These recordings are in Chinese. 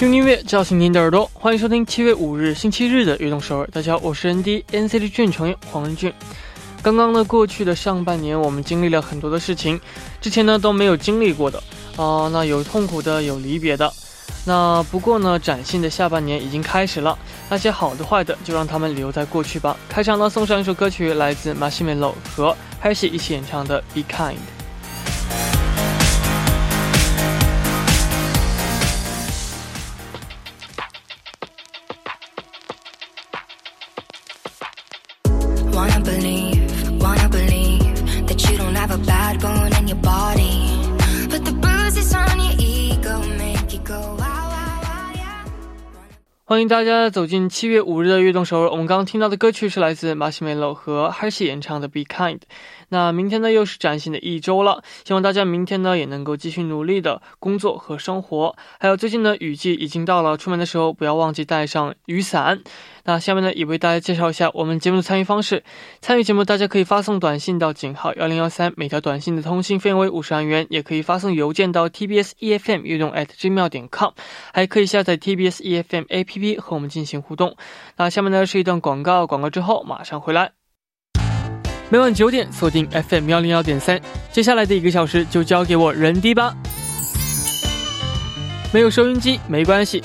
用音乐叫醒您的耳朵，欢迎收听七月五日星期日的《运动首尔》。大家好，我是 ND NCT 俊成员黄仁俊。刚刚呢，过去的上半年我们经历了很多的事情，之前呢都没有经历过的啊、那有痛苦的，有离别的。那不过呢，崭新的下半年已经开始了，那些好的坏的就让他们留在过去吧。开场呢，送上一首歌曲，来自 Marshmallow 和 Hershey 一起演唱的《Be Kind》。 Wanna believe, wanna believe that you don't have a bad bone in your body. But the bruises on your ego make you go wow, wow, wow, yeah. 欢迎大家走进七月五日的悦动首尔。我们刚刚听到的歌曲是来自马西梅洛和 Hershey 演唱的《Be Kind》。那明天呢，又是崭新的一周了，希望大家明天呢也能够继续努力的工作和生活。还有最近呢，雨季已经到了，出门的时候不要忘记带上雨伞。那下面呢，也为大家介绍一下我们节目的参与方式。参与节目，大家可以发送短信到井号幺零幺三，每条短信的通信费用为五十韩元，也可以发送邮件到 tbs efm E 悦动 at gmail 点 com。还可以下载 TBS EFM APP 和我们进行互动。那下面呢是一段广告，广告之后马上回来。每晚九点锁定 FM 幺零幺点三，接下来的一个小时就交给我人低吧。没有收音机没关系，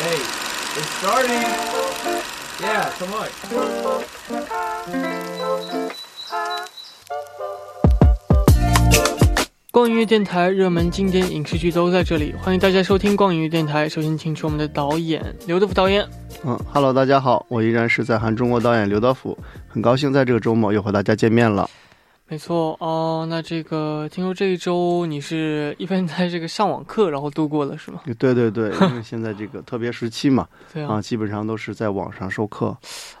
Hey, it's starting. Yeah, come on. 逛音乐电台热门经典影视剧都在这里，欢迎大家收听逛音乐电台。首先，请出我们的导演刘德福导演。嗯，Hello，大家好，我依然是在韩中国导演刘道甫，很高兴在这个周末又和大家见面了。没错哦，那这个听说这一周你是一边在这个上网课，然后度过了是吗？对对对，因为现在这个特别时期嘛，对啊 啊，。基本上都是在网上授课。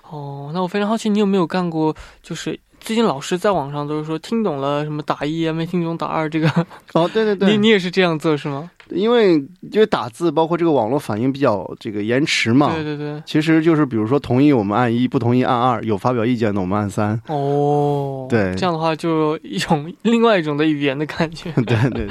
哦，那我非常好奇，你有没有干过？就是最近老师在网上都是说听懂了什么打一啊，没听懂打二，这个哦，对对对，你你也是这样做是吗？因为因为打字包括这个网络反应比较这个延迟嘛，对对对。其实就是比如说同意我们按一，不同意按二，有发表意见的我们按三。 哦，对这样的话就一种另外一种的语言的感觉，对对，对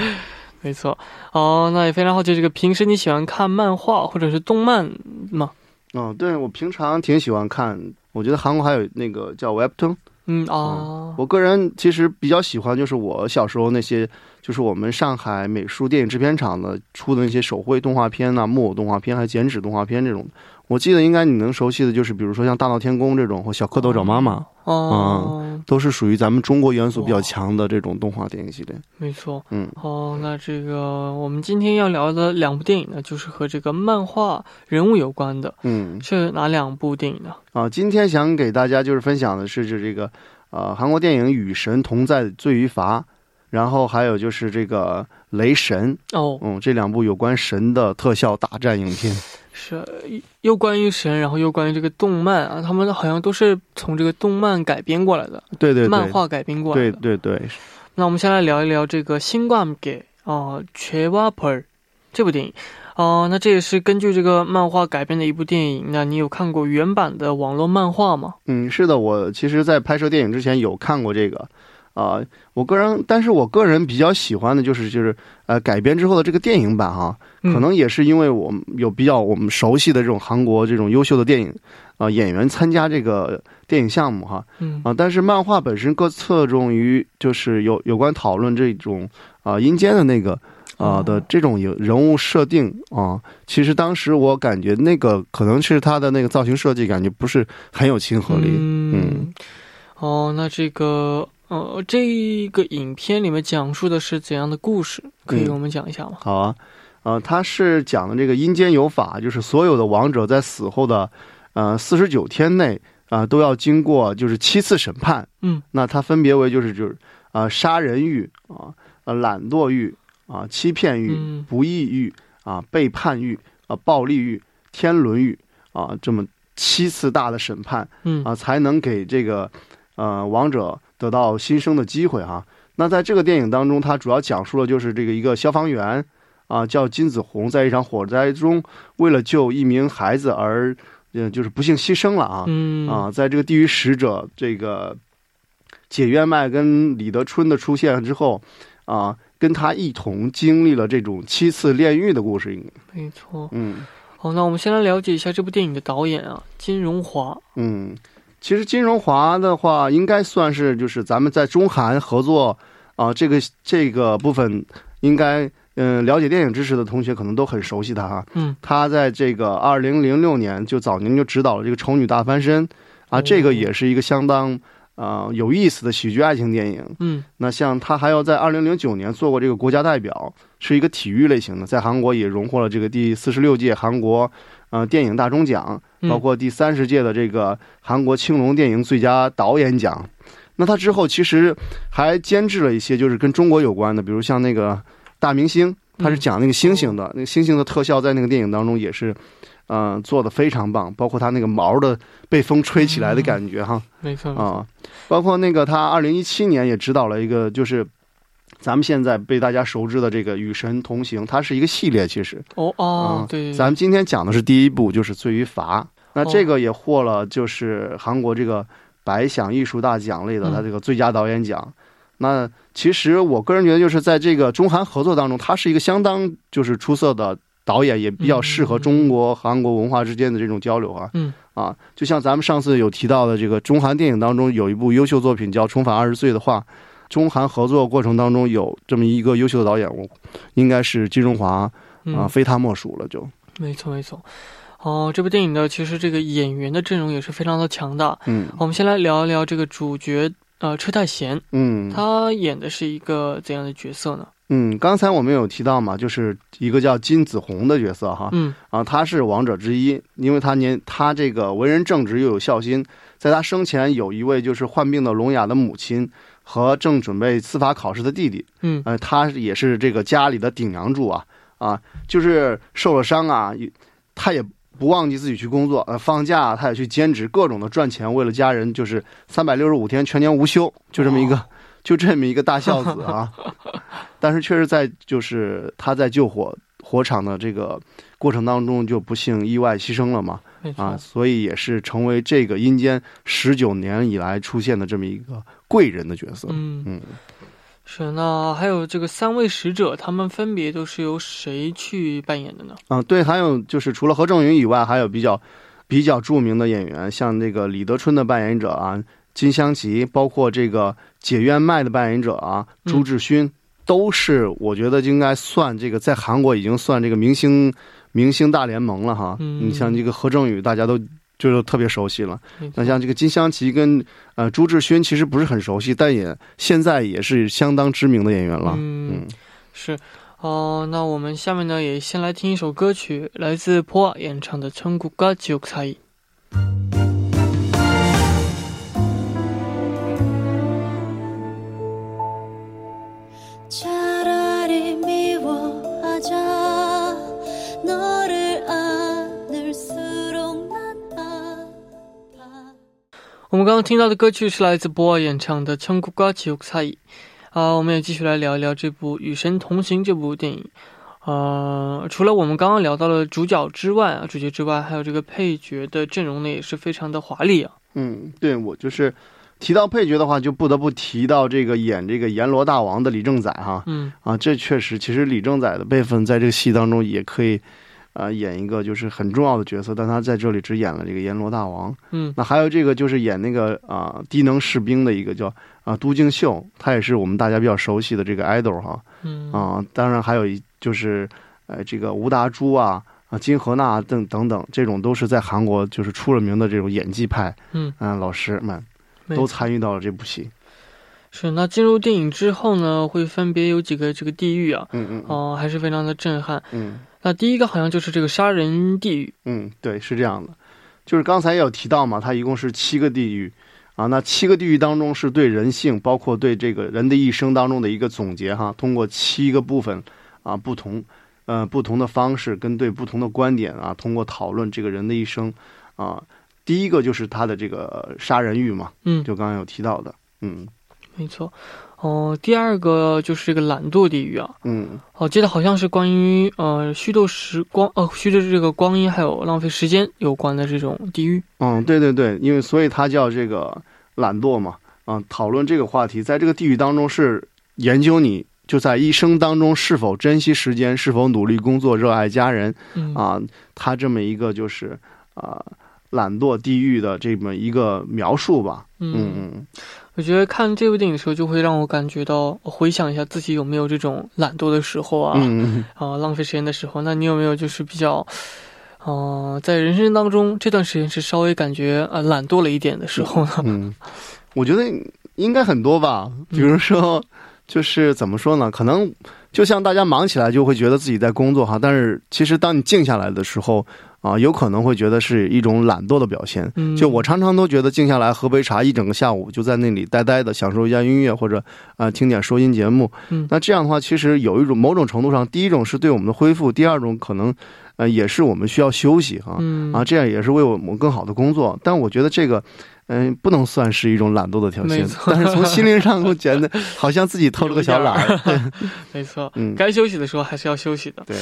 没错。哦，那也非常好奇，这个平时你喜欢看漫画或者是动漫吗？哦，对我平常挺喜欢看，我觉得韩国还有那个叫 Webtoon，嗯啊，我个人其实比较喜欢，就是我小时候那些，就是我们上海美术电影制片厂的出的那些手绘动画片呐、木偶动画片，还有剪纸动画片这种。我记得应该你能熟悉的就是，比如说像《大闹天宫》这种，或《小蝌蚪找妈妈》，哦，都是属于咱们中国元素比较强的这种动画电影系列。没错。嗯，哦，那这个我们今天要聊的两部电影呢，就是和这个漫画人物有关的，嗯是哪两部电影呢？啊，今天想给大家就是分享的是这这个，呃，韩国电影《与神同在的罪与罚》，然后还有就是这个《雷神》，哦，嗯，这两部有关神的特效大战影片。是呃又关于神，然后又关于这个动漫啊，他们好像都是从这个动漫改编过来的，对对对，漫画改编过来对的。对对，那我们先来聊一聊这个《新冠给哦 c h e w a p e r 这部电影。哦、那这也是根据这个漫画改编的一部电影。那你有看过原版的网络漫画吗？嗯，是的，我其实，在拍摄电影之前有看过这个，啊、我个人，但是我个人比较喜欢的就是就是呃改编之后的这个电影版哈，嗯可能也是因为我们有比较我们熟悉的这种韩国这种优秀的电影啊、呃演员参加这个电影项目哈嗯啊、，但是漫画本身更侧重于就是有有关讨论这种啊、阴间的那个啊、哦的这种有人物设定啊、其实当时我感觉那个可能是他的那个造型设计感觉不是很有亲和力。嗯，哦，那这个呃，这个影片里面讲述的是怎样的故事？可以嗯给我们讲一下吗？好啊，呃，他是讲的这个阴间有法，就是所有的亡者在死后的呃四十九天内啊、都要经过就是七次审判。嗯，那它分别为就是就是呃杀人狱啊、呃懒惰狱啊、啊、欺骗欲、嗯不义欲、啊、背叛欲、啊、暴力欲、天伦欲啊，这么七次大的审判嗯啊，才能给这个呃王者得到新生的机会哈、那在这个电影当中，它主要讲述了就是这个一个消防员啊，叫金子红，在一场火灾中为了救一名孩子而嗯、呃就是不幸牺牲了啊。嗯啊，在这个地狱使者这个解约麦跟李德春的出现之后，啊，跟他一同经历了这种七次炼狱的故事。应该没错。嗯好，那我们先来了解一下这部电影的导演啊，金荣华。嗯，其实金荣华的话，应该算是就是咱们在中韩合作啊，这个这个部分应该。嗯，了解电影知识的同学可能都很熟悉他哈。嗯，他在这个二零零六年就早年就指导了这个《丑女大翻身》，啊，哦这个也是一个相当啊、呃有意思的喜剧爱情电影。嗯那像他还要在二零零九年做过这个国家代表，是一个体育类型的，在韩国也荣获了这个第四十六届韩国呃电影大钟奖，嗯包括第三十届的这个韩国青龙电影最佳导演奖。那他之后其实还监制了一些就是跟中国有关的，比如像那个大明星，他是嗯讲那个星星的，那个星星的特效在那个电影当中也是，呃，做的非常棒，包括他那个毛的被风吹起来的感觉哈。没错。没错啊，包括那个他二零一七年也指导了一个，就是咱们现在被大家熟知的这个《与神同行》，它是一个系列，其实哦哦啊，对对哦咱对，们今天讲的是第一部，就是《罪与罚》，那这个也获了就是韩国这个百想艺术大奖类的嗯他这个最佳导演奖。那其实我个人觉得，就是在这个中韩合作当中，他是一个相当就是出色的导演，也比较适合中国、韩国文化之间的这种交流啊。嗯啊，就像咱们上次有提到的，这个中韩电影当中有一部优秀作品叫《重返二十岁》的话，中韩合作过程当中有这么一个优秀的导演，我应该是金钟华啊、嗯，非他莫属了就。没错没错。哦，这部电影呢，其实这个演员的阵容也是非常的强大。嗯我们先来聊一聊这个主角，呃，车太贤，嗯，他演的是一个怎样的角色呢？嗯，刚才我们有提到嘛，就是一个叫金子红的角色哈，嗯啊，他是王者之一，因为他年他这个为人正直又有孝心，在他生前有一位就是患病的聋哑的母亲和正准备司法考试的弟弟，嗯呃，他也是这个家里的顶梁柱啊，啊，就是受了伤啊，也他也不忘记自己去工作，呃，放假他也去兼职，各种的赚钱，为了家人就是三百六十五天全年无休，就这么一哦个，就这么一个大孝子 啊。但是确实在就是他在救火火场的这个过程当中，就不幸意外牺牲了嘛，没错。啊，所以也是成为这个阴间十九年以来出现的这么一个贵人的角色。嗯嗯是，那还有这个三位使者，他们分别都是由谁去扮演的呢？啊，对，还有就是除了何正云以外，还有比较比较著名的演员，像那个李德春的扮演者啊，金湘琪，包括这个解怨麦的扮演者啊，嗯朱志勋，都是我觉得应该算这个在韩国已经算这个明星明星大联盟了哈。嗯你像这个何正宇，大家都。就是特别熟悉了。没错那像这个金湘琪跟呃朱志勋，其实不是很熟悉，但也现在也是相当知名的演员了。嗯嗯，是哦、那我们下面呢也先来听一首歌曲，来自포아演唱的《천국과지옥사이》。 차라리 미워하자 너를 안을수록 난 아파 我们刚刚听到的歌曲是来自波尔演唱的《천국과지옥사이》啊，我们也继续来聊一聊这部《与神同行》这部电影。呃，除了我们刚刚聊到了主角之外啊，主角之外，还有这个配角的阵容呢，也是非常的华丽啊。嗯，对我就是提到配角的话，就不得不提到这个演这个阎罗大王的李正宰哈嗯啊，这确实，其实李正宰的辈分在这个戏当中也可以，呃，演一个就是很重要的角色，但他在这里只演了这个阎罗大王。嗯那还有这个就是演那个啊、低能士兵的一个叫啊、都敬秀，他也是我们大家比较熟悉的这个 idol 哈嗯啊、当然还有一就是呃这个吴达洙啊。啊，金荷娜等等等，这种都是在韩国就是出了名的这种演技派，嗯，嗯，老师们，没都参与到了这部戏。是。那进入电影之后呢，会分别有几个这个地狱啊，嗯嗯哦、还是非常的震撼。嗯那第一个好像就是这个杀人地狱，嗯，对，是这样的。就是刚才也有提到嘛，它一共是七个地狱啊。那七个地狱当中是对人性，包括对这个人的一生当中的一个总结哈，通过七个部分啊不同，呃不同的方式跟对不同的观点啊，通过讨论这个人的一生啊。第一个就是他的这个杀人欲嘛，嗯，就刚刚有提到的，嗯没错。哦，第二个就是这个懒惰地狱啊，嗯我记得好像是关于呃虚度时光，呃虚度这个光阴还有浪费时间有关的这种地狱。嗯，对对对，因为所以他叫这个懒惰嘛，啊，讨论这个话题，在这个地域当中是研究你就在一生当中是否珍惜时间，是否努力工作，热爱家人嗯，啊，他这么一个就是啊懒惰地狱的这么一个描述吧，嗯嗯，嗯我觉得看这部电影的时候，就会让我感觉到，呃回想一下自己有没有这种懒惰的时候啊，嗯啊、浪费时间的时候。那你有没有就是比较，呃，在人生当中这段时间是稍微感觉啊、呃懒惰了一点的时候 呢？嗯，我觉得应该很多吧，比如说。就是怎么说呢？可能就像大家忙起来就会觉得自己在工作哈，但是其实当你静下来的时候啊、有可能会觉得是一种懒惰的表现。嗯，就我常常都觉得静下来喝杯茶，一整个下午就在那里呆呆的享受一下音乐或者啊、呃听点收音节目。嗯那这样的话，其实有一种某种程度上，第一种是对我们的恢复，第二种可能呃也是我们需要休息哈、嗯啊，这样也是为我们更好的工作。但我觉得这个。嗯，不能算是一种懒惰的表没现错，但是从心灵上，我觉 得好像自己偷了个小懒儿。没错，嗯该休息的时候还是要休息的。对，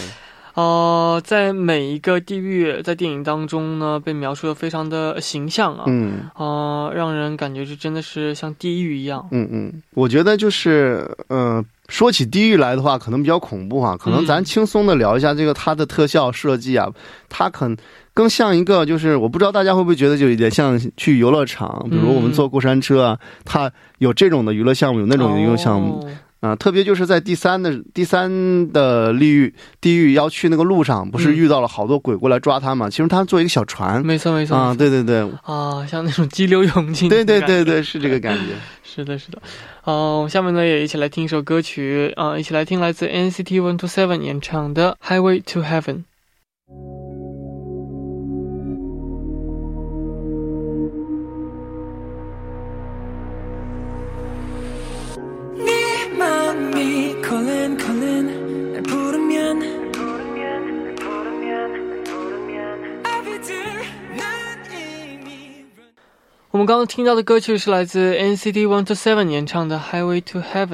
呃，在每一个地域在电影当中呢，被描述的非常的形象啊，嗯呃，让人感觉这真的是像地狱一样。嗯嗯，我觉得就是，呃，说起地狱来的话，可能比较恐怖啊，可能嗯咱轻松的聊一下这个它的特效设计啊，它很更像一个，就是我不知道大家会不会觉得就有点像去游乐场，比如嗯我们坐过山车啊，它有这种的娱乐项目，有那种的娱乐项目，哦啊，特别就是在第三的第三的地狱地狱要去那个路上，不是嗯遇到了好多鬼过来抓他嘛？其实他坐一个小船没错没错啊，没错对对对，啊，像那种激流勇进。对对，对对，是这个 感觉。是的，是的。哦、下面呢也一起来听一首歌曲啊、一起来听来自 NCT One Two Seven 演唱的《Highway to Heaven》。 네 맘이 컬린 컬린 날 부르면 I'll be there 난 이미 我们刚刚听到的歌曲是来自 NCT One Two Seven 演唱的《Highway to Heaven》。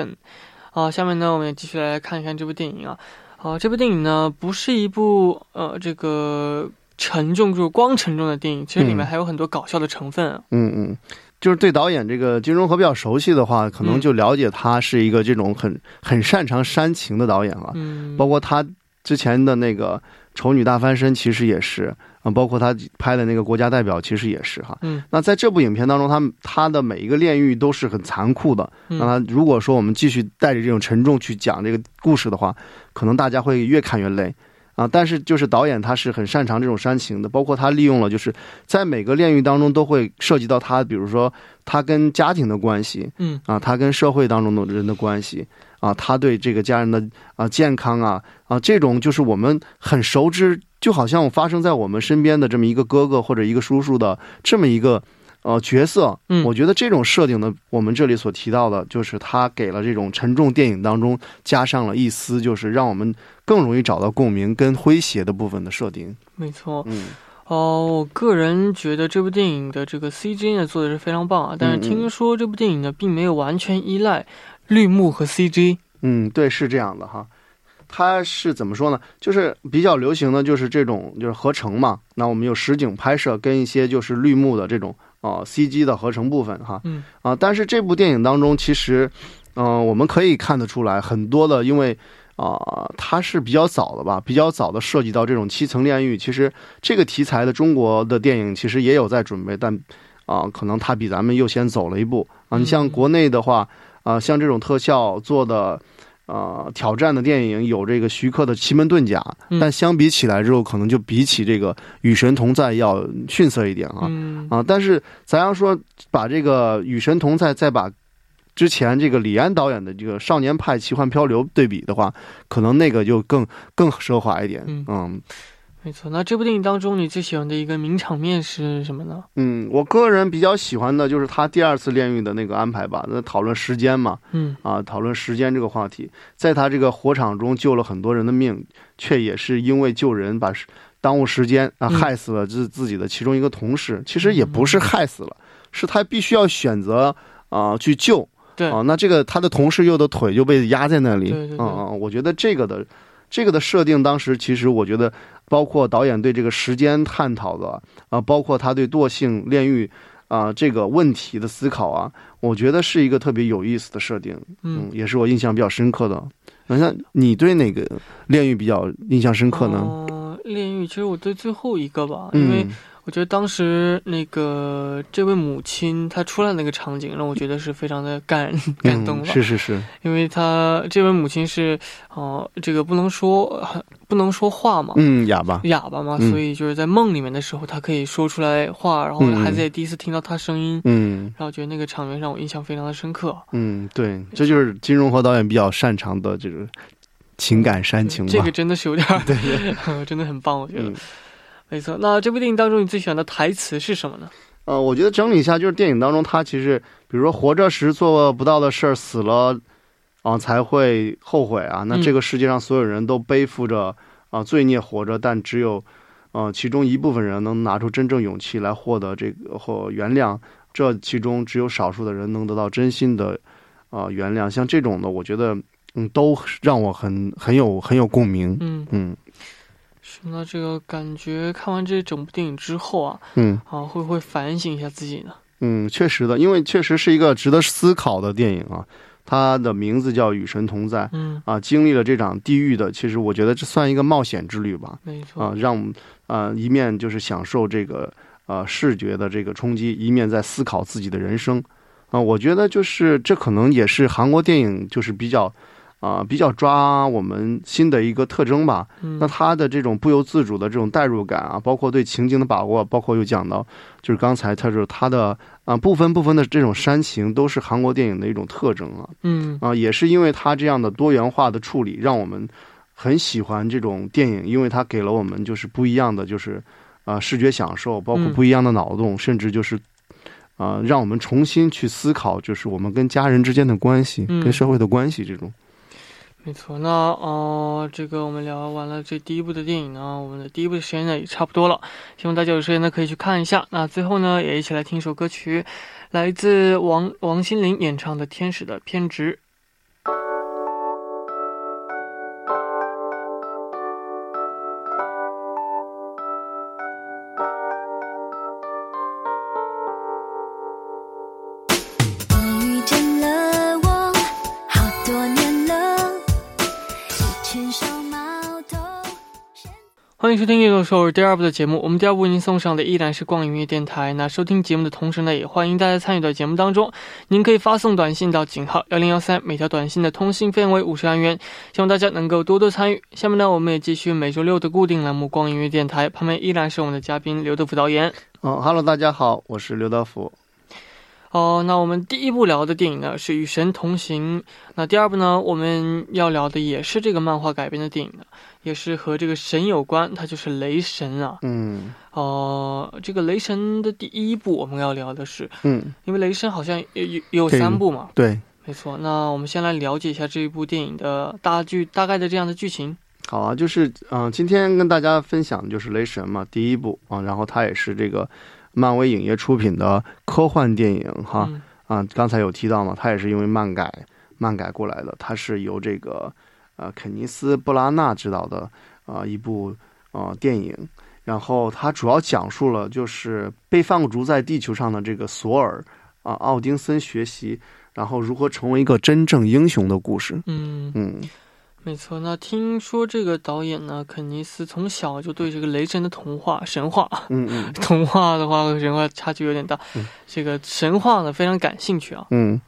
啊，下面呢，我们也继续来看一看这部电影啊。啊，这部电影呢，不是一部呃这个沉重就是光沉重的电影，其实里面嗯还有很多搞笑的成分啊。嗯嗯，就是对导演这个金融河比较熟悉的话，嗯可能就了解他是一个这种很很擅长煽情的导演了。嗯，包括他之前的那个《丑女大翻身》，其实也是啊、包括他拍的那个《国家代表》，其实也是哈。嗯，那在这部影片当中，他他的每一个炼狱都是很残酷的。嗯那他如果说我们继续带着这种沉重去讲这个故事的话，可能大家会越看越累。啊，但是就是导演他是很擅长这种煽情的，包括他利用了就是在每个炼狱当中都会涉及到他，比如说他跟家庭的关系，嗯啊，他跟社会当中的人的关系啊，他对这个家人的啊健康啊啊这种就是我们很熟知，就好像发生在我们身边的这么一个哥哥或者一个叔叔的这么一个呃角色，嗯我觉得这种设定呢，我们这里所提到的，就是他给了这种沉重电影当中加上了一丝，就是让我们更容易找到共鸣跟诙谐的部分的设定。没错。嗯哦，我个人觉得这部电影的这个 CG 呢做的是非常棒啊，但是嗯嗯听说这部电影呢并没有完全依赖绿幕和 CG。嗯，对，是这样的哈。它是怎么说呢？就是比较流行的就是这种就是合成嘛。那我们有实景拍摄跟一些就是绿幕的这种啊、呃 CG 的合成部分哈。嗯啊，但是这部电影当中，其实，嗯、我们可以看得出来很多的，因为啊、它是比较早的吧，比较早的涉及到这种七层炼狱。其实这个题材的中国的电影其实也有在准备，但啊、可能它比咱们又先走了一步啊。你像嗯国内的话，啊、像这种特效做的。呃，挑战的电影有这个徐克的《奇门遁甲》嗯但相比起来之后，可能就比起这个《与神同在》要逊色一点啊。嗯啊，但是咱要说把这个《与神同在》再把之前这个李安导演的这个《少年派奇幻漂流》对比的话，可能那个就更更奢华一点。嗯嗯没错，那这部电影当中，你最喜欢的一个名场面是什么呢？嗯，我个人比较喜欢的就是他第二次炼狱的那个安排吧，那讨论时间嘛，嗯啊，讨论时间这个话题，在他这个火场中救了很多人的命，却也是因为救人把时耽误时间嗯啊，害死了自自己的其中一个同事。其实也不是害死了，是他必须要选择啊、去救对，啊，那这个他的同事又的腿就被压在那里，对对对嗯嗯，我觉得这个的这个的设定，当时其实我觉得，包括导演对这个时间探讨的啊、包括他对惰性炼狱啊、这个问题的思考啊，我觉得是一个特别有意思的设定，嗯嗯，，也是我印象比较深刻的。那像你对哪个炼狱比较印象深刻呢？呃炼狱，其实我对最后一个吧，因为嗯我觉得当时那个这位母亲她出来那个场景，让我觉得是非常的感 感动哦嗯，吧，是是是，因为她这位母亲是哦、呃这个不能说不能说话嘛，嗯，哑巴，哑巴嘛，嗯所以就是在梦里面的时候，她可以说出来话，然后嗯嗯孩子也第一次听到她声音，嗯然后觉得那个场面让我印象非常的深刻。嗯，对，这就是金融和导演比较擅长的这个情感煽情吧。这个真的是有点 儿， 真的很棒，我觉得。嗯没错，那这部电影当中你最喜欢的台词是什么呢？呃，我觉得整理一下，就是电影当中他其实，比如说活着时做不到的事儿，死了啊、才会后悔啊。那嗯这个世界上所有人都背负着啊、罪孽活着，但只有呃其中一部分人能拿出真正勇气来获得这个或原谅，这其中只有少数的人能得到真心的啊、原谅。像这种的，我觉得嗯，都让我很很有很有共鸣。嗯，嗯是那这个感觉看完这整部电影之后啊，嗯啊会不会反省一下自己呢？嗯，确实的，因为确实是一个值得思考的电影啊。它的名字叫《与神同在》。嗯，啊，经历了这场地狱的，其实我觉得这算一个冒险之旅吧。没错，啊，让我们啊、一面就是享受这个啊视觉的这个冲击，一面在思考自己的人生。啊，我觉得就是这可能也是韩国电影就是比较啊、比较抓我们心的一个特征吧。嗯那他的这种不由自主的这种代入感啊，包括对情景的把握，包括又讲到就是刚才他说他的啊部分部分的这种煽情，都是韩国电影的一种特征啊。嗯啊，也是因为它这样的多元化的处理，让我们很喜欢这种电影，因为它给了我们就是不一样的，就是啊、视觉享受，包括嗯不一样的脑洞，甚至就是啊、让我们重新去思考，就是我们跟家人之间的关系，嗯跟社会的关系这种。没错。那哦、呃这个我们聊完了这第一部的电影呢，我们的第一部的时间呢也差不多了，希望大家有时间呢可以去看一下。那最后呢，也一起来听一首歌曲，来自王王心凌演唱的《天使的偏执》。你遇见了我，好多年了，以前小毛头。欢迎收听《夜动首尔》第二部的节目。我们第二部为您送上的依然是逛音乐电台。那收听节目的同时呢，也欢迎大家参与到节目当中。您可以发送短信到井号幺零幺三，每条短信的通信费用为五十韩元。希望大家能够多多参与。下面呢，我们也继续每周六的固定栏目《逛音乐电台》，旁边依然是我们的嘉宾刘德福导演。嗯哈喽，大家好，我是刘德福。哦，那我们第一部聊的电影呢是《与神同行》，那第二部呢我们要聊的也是这个漫画改编的电影呢，也是和这个神有关，它就是雷神啊。嗯哦、这个雷神的第一部我们要聊的是， 嗯，因为雷神好像有有有对三部嘛，对，没错。那我们先来了解一下这一部电影的大剧大概的这样的剧情。好啊，就是嗯、呃今天跟大家分享的就是《雷神》嘛，第一部啊，然后它也是这个漫威影业出品的科幻电影哈。嗯啊，刚才有提到嘛，它也是因为漫改漫改过来的，它是由这个呃肯尼斯·布拉纳执导的啊、一部呃电影，然后它主要讲述了就是被放逐在地球上的这个索尔啊、奥丁森学习，然后如何成为一个真正英雄的故事。嗯，嗯，没错。那听说这个导演呢，肯尼斯从小就对这个雷神的童话、神话、 嗯嗯童话的话和神话差距有点大，嗯这个神话呢非常感兴趣啊。嗯，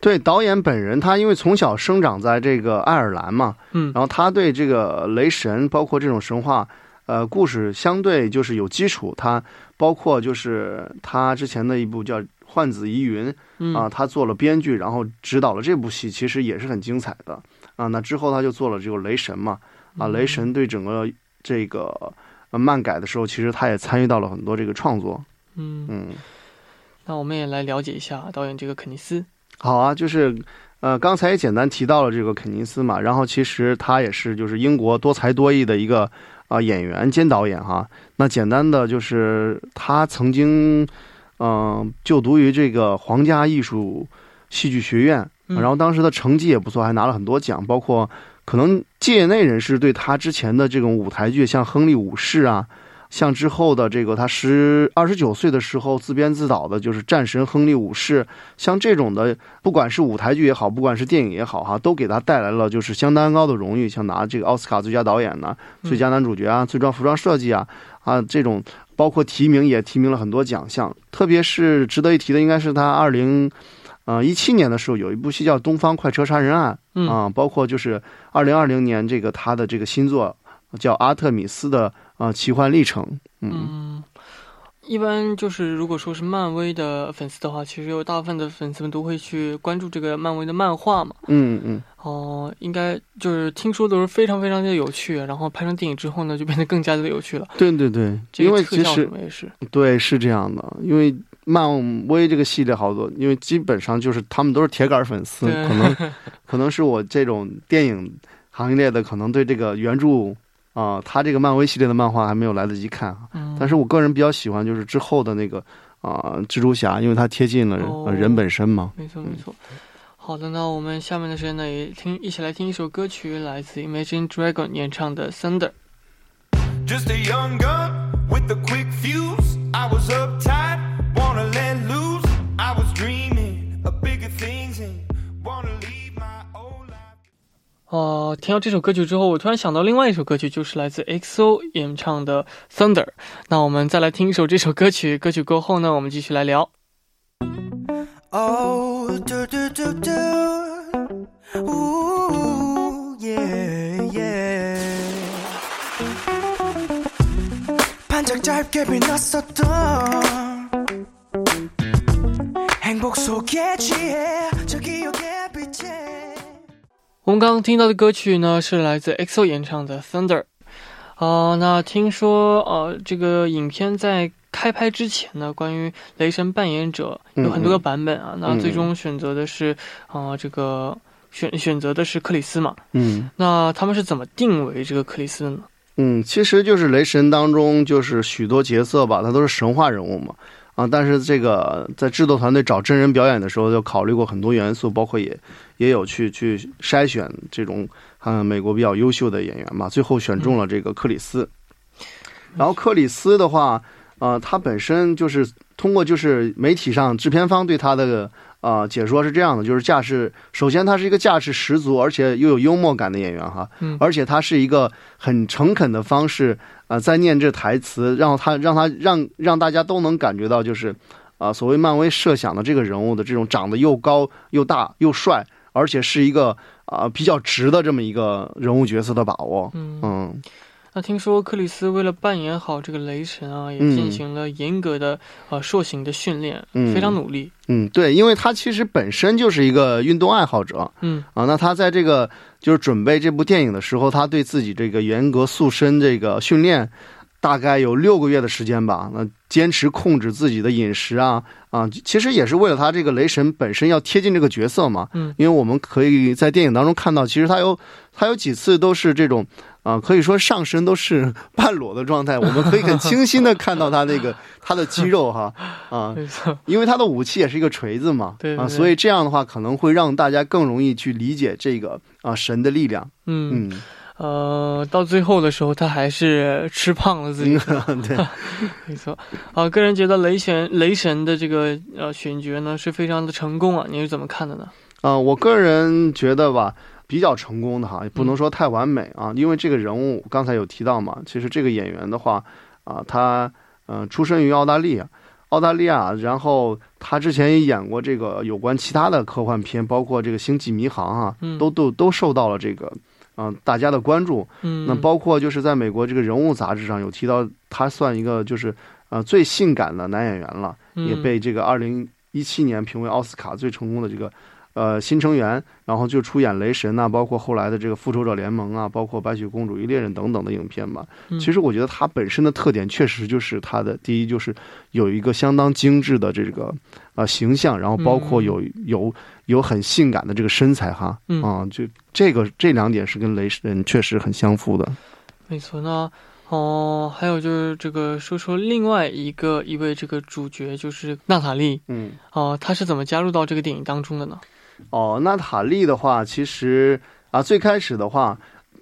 对，导演本人他因为从小生长在这个爱尔兰嘛，嗯然后他对这个雷神，包括这种神话，呃，故事相对就是有基础。他包括就是他之前的一部叫《幻子疑云》嗯啊，他做了编剧，然后指导了这部戏，其实也是很精彩的嗯啊。那之后他就做了这个雷神嘛，啊，雷神对整个这个呃漫改的时候，其实他也参与到了很多这个创作。嗯，嗯，那我们也来了解一下导演这个肯尼斯。好啊，就是呃，刚才也简单提到了这个肯尼斯嘛，然后其实他也是就是英国多才多艺的一个啊、呃演员兼导演哈。那简单的就是他曾经嗯、呃就读于这个皇家艺术戏剧学院，嗯然后当时的成绩也不错，还拿了很多奖，包括可能界内人士对他之前的这种舞台剧，像《亨利五世》啊。像之后的这个，他十二十九岁的时候自编自导的，就是《战神亨利五世》，像这种的，不管是舞台剧也好，不管是电影也好，哈，都给他带来了就是相当高的荣誉，像拿这个奥斯卡最佳导演呢、嗯最佳男主角啊、最佳服装设计啊，啊这种，包括提名也提名了很多奖项。特别是值得一提的，应该是他二零，呃一七年的时候有一部戏叫《东方快车杀人案》嗯啊，包括就是二零二零年这个他的这个新作叫《阿特米斯的》啊、奇幻历程，嗯嗯，一般就是如果说是漫威的粉丝的话，其实有大部分的粉丝们都会去关注这个漫威的漫画嘛。嗯嗯，哦、应该就是听说都是非常非常的有趣，然后拍成电影之后呢，就变得更加的有趣了。对对对，这因个为特其效什实么也是，对是这样的，因为漫威这个系列好多，因为基本上就是他们都是铁杆粉丝，对可能可能是我这种电影行业的，可能对这个原著啊、他这个漫威系列的漫画还没有来得及看啊，嗯，但是我个人比较喜欢就是之后的那个啊、蜘蛛侠，因为它贴近了人、哦呃人本身嘛，没错没错。好的，那我们下面的时间呢，也听一起来听一首歌曲，来自 Imagine Dragon 演唱的《Thunder》。 Just a young gun with a quick fuse. I was uptight, wanna let loose. I was dreaming of bigger things and wanna leave my old life. 哦，听到这首歌曲之后，我突然想到另外一首歌曲，就是来自 EXO 演唱的《Thunder》。那我们再来听一首这首歌曲，歌曲过后呢，我们继续来聊。 Oh, do do do do. Ooh, yeah, yeah. 반짝 짧게 빛났었던 행복 속에 취해 저 기억의 빛에.我们刚刚听到的歌曲呢，是来自 EXO 演唱的《Thunder》。啊、那听说呃，这个影片在开拍之前呢，关于雷神扮演者有很多个版本啊。那最终选择的是啊、呃这个选选择的是克里斯嘛？嗯。那他们是怎么定为这个克里斯的呢？嗯，其实就是雷神当中就是许多角色吧，他都是神话人物嘛，啊，但是这个在制作团队找真人表演的时候，就考虑过很多元素，包括也也有去去筛选这种嗯美国比较优秀的演员嘛，最后选中了这个克里斯。然后克里斯的话，呃，他本身就是通过就是媒体上制片方对他的呃解说是这样的，就是架势，首先他是一个架势十足，而且又有幽默感的演员哈，嗯而且他是一个很诚恳的方式啊、呃在念这台词，让他让他让让大家都能感觉到就是啊、所谓漫威设想的这个人物的这种长得又高又大又帅，而且是一个啊、比较直的这么一个人物角色的把握，嗯嗯那听说克里斯为了扮演好这个雷神啊，也进行了严格的、呃塑形的训练，嗯非常努力。嗯，对，因为他其实本身就是一个运动爱好者，嗯啊，那他在这个就是准备这部电影的时候，他对自己这个严格塑身这个训练，大概有六个月的时间吧。那坚持控制自己的饮食啊啊，其实也是为了他这个雷神本身要贴近这个角色嘛。嗯，因为我们可以在电影当中看到，其实他有他有几次都是这种啊、可以说上身都是 半裸的状态，我们可以很清晰的看到他那个他的肌肉哈啊，没错。因为他的武器也是一个锤子嘛，对对啊，对所以这样的话可能会让大家更容易去理解这个啊神的力量。嗯嗯，呃，到最后的时候，他还是吃胖了自嗯己。 对，没错。啊、个人觉得雷神雷神的这个呃选角呢是非常的成功啊，你是怎么看的呢？啊，我个人觉得吧，比较成功的哈，也不能说太完美啊，因为这个人物刚才有提到嘛，其实这个演员的话啊，他嗯、呃出生于澳大利亚。澳大利亚，然后他之前也演过这个有关其他的科幻片，包括这个《星际迷航》啊，嗯都都都受到了这个，嗯、大家的关注。嗯，那包括就是在美国这个人物杂志上有提到，他算一个就是呃最嗯性感的男演员了，也被这个二零一七年评为奥斯卡最成功的这个呃新成员，然后就出演雷神呐、包括后来的这个复仇者联盟啊，包括白雪公主与猎人等等的影片吧。嗯其实我觉得它本身的特点确实就是它的第一就是有一个相当精致的这个呃形象，然后包括嗯有、有有很性感的这个身材哈，嗯啊、就这个这两点是跟雷神确实很相符的。没错呢。哦，还有就是这个说说另外一个一位这个主角就是娜塔莉嗯。哦，她是怎么加入到这个电影当中的呢？哦，娜塔莉的话，其实啊，最开始的话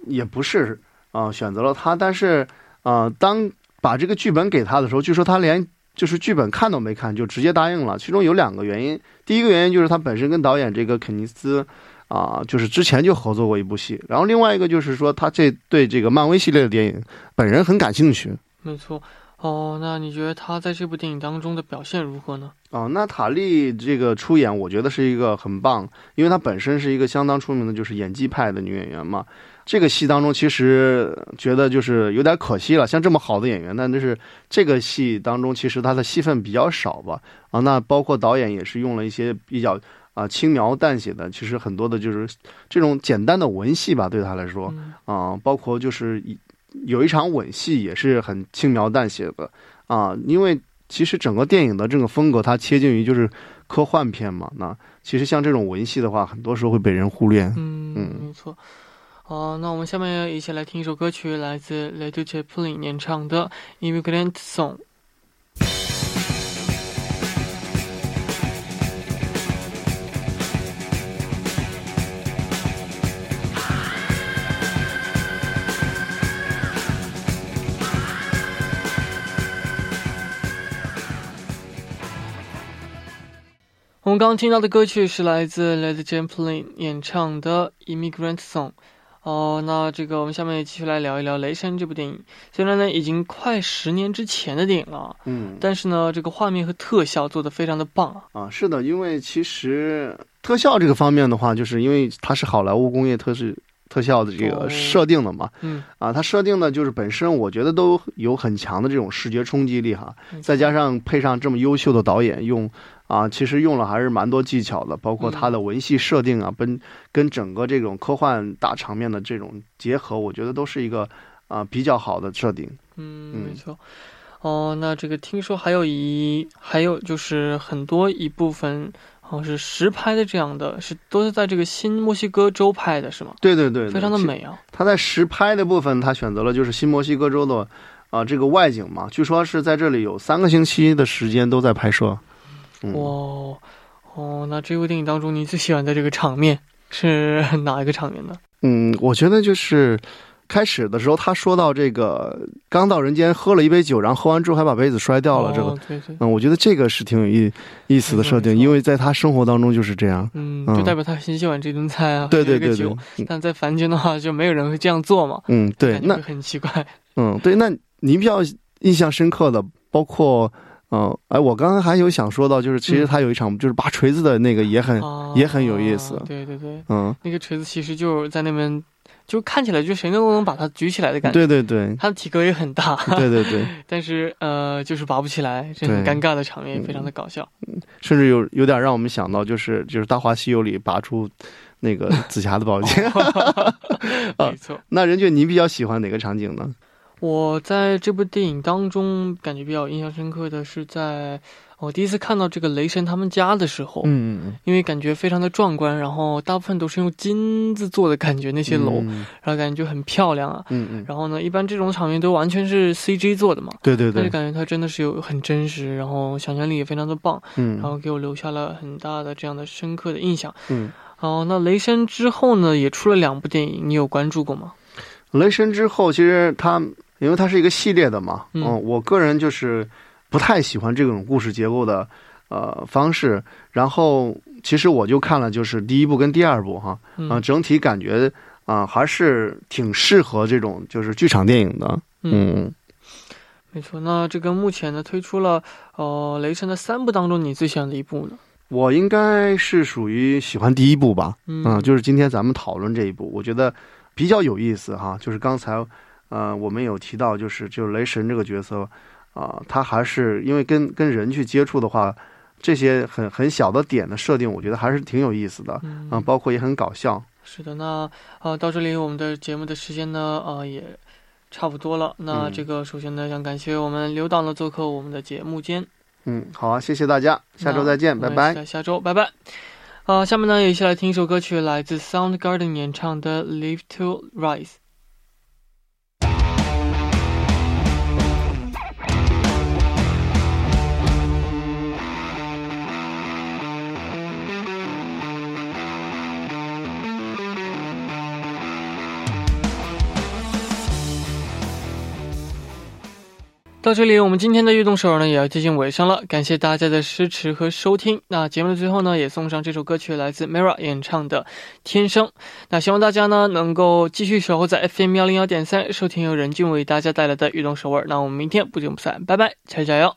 也不是啊、选择了他，但是啊、当把这个剧本给他的时候，据说他连就是剧本看都没看就直接答应了。其中有两个原因，第一个原因就是他本身跟导演这个肯尼斯啊、就是之前就合作过一部戏，然后另外一个就是说他这对这个漫威系列的电影本人很感兴趣。没错。哦，那你觉得她在这部电影当中的表现如何呢？哦，娜塔莉这个出演，我觉得是一个很棒，因为她本身是一个相当出名的，就是演技派的女演员嘛。这个戏当中，其实觉得就是有点可惜了，像这么好的演员，但就是这个戏当中，其实她的戏份比较少吧。啊，那包括导演也是用了一些比较啊轻描淡写的，其实很多的就是这种简单的文戏吧，对她来说。嗯，啊，包括就是一有一场吻戏也是很轻描淡写的啊，因为其实整个电影的这个风格它接近于就是科幻片嘛，那其实像这种文戏的话，很多时候会被人忽略。嗯，嗯没错。哦、那我们下面一起来听一首歌曲，来自 Lady Chaplin 演唱的《Immigrant Song》。我们刚刚听到的歌曲是来自 Led Zeppelin 演唱的《Immigrant Song》。哦，那这个我们下面也继续来聊一聊《雷神》这部电影。虽然呢已经快十年之前的电影了啊，嗯，但是呢这个画面和特效做得非常的棒啊。啊，是的，因为其实特效这个方面的话，就是因为它是好莱坞工业特是特效的这哦个设定的嘛，嗯，啊，它设定的就是本身我觉得都有很强的这种视觉冲击力哈没，错再加上配上这么优秀的导演用啊，其实用了还是蛮多技巧的，包嗯括它的文戏设定啊，跟跟整个这种科幻大场面的这种结合，我觉得都是一个啊比较好的设定。嗯，嗯没错。哦，那这个听说还有一还有就是很多一部分好像是实拍的这样的，是都是在这个新墨西哥州拍的，是吗？对对对，对非常的。美啊。他在实拍的部分，他选择了就是新墨西哥州的啊、这个外景嘛，据说是在这里有三个星期的时间都在拍摄。嗯、哇哦，哦，那这部电影当中你最喜欢的这个场面是 哪一个场面呢？嗯，我觉得就是开始的时候，他说到这个刚到人间喝了一杯酒，然后喝完之后还把杯子摔掉了，这个，哦、对对，嗯，我觉得这个是挺有意意思的设定，嗯没错因为在他生活当中就是这样。嗯，嗯就代表他很喜欢这顿菜啊，对这对个对酒对，嗯但在凡间的话，就没有人会这样做嘛。嗯，对，感觉那会很奇怪。嗯对，那您比较印象深刻的，包括嗯、呃哎，我刚刚还有想说到，就是其实他有一场就是拔锤子的那个也很、啊嗯也很有意思对对对，嗯，那个锤子其实就是在那边，就看起来就谁都能把它举起来的感觉。。对对对他的体格也很大，对对对， 但是呃，就是拔不起来，这很对嗯尴尬的场面，也非常的搞笑。甚至有有点让我们想到，就是就是《大话西游》里拔出那个紫霞的宝剑，哦啊没错， 那任俊，你比较喜欢哪个场景呢？我在这部电影当中感觉比较印象深刻的是在我第一次看到这个雷神他们家的时候，嗯，因为感觉非常的壮观，然后大部分都是用金子做的感觉，那些楼，嗯然后感觉就很漂亮啊。嗯嗯，然后呢，一般这种场面都完全是 CG 做的嘛，对对但是对，感觉它真的是有很真实，然后想象力也非常的棒，然嗯后给我留下了很大的这样的深刻的印象。嗯，哦，那雷神之后呢，也出了两部电影，你有关注过吗？雷神之后，其实它因为它是一个系列的嘛，嗯我个人就是不太喜欢这种故事结构的呃方式，然后其实我就看了就是第一部跟第二部哈，嗯、啊、整体感觉啊、还是挺适合这种就是剧场电影的，嗯，没错。那这个目前呢推出了呃雷神的三部当中，你最喜欢的一部呢？我应该是属于喜欢第一部吧，嗯嗯，就是今天咱们讨论这一部，我觉得比较有意思哈。就是刚才，呃，我们有提到，就是就是雷神这个角色，啊、他还是因为跟跟人去接触的话，这些很很小的点的设定，我觉得还是挺有意思的嗯啊，包括也很搞笑。是的，那呃，到这里我们的节目的时间呢，呃，也差不多了。那嗯这个首先呢，想感谢我们刘导呢做客我们的节目间，嗯，好啊，谢谢大家，下周再见，那拜我们拜。嗯下下周拜拜。呃，下面呢，也一起来听一首歌曲，来自 Soundgarden 演唱的《Live to Rise》。到这里，我们今天的运动首尔呢也要接近尾声了，感谢大家的支持和收听。那节目的最后呢，也送上这首歌曲，来自 Mira 演唱的《天生》。那希望大家呢能够继续守候在 FM 幺零幺点三，收听由任俊为大家带来的运动首尔。那我们明天不见不散，拜拜，加油加油！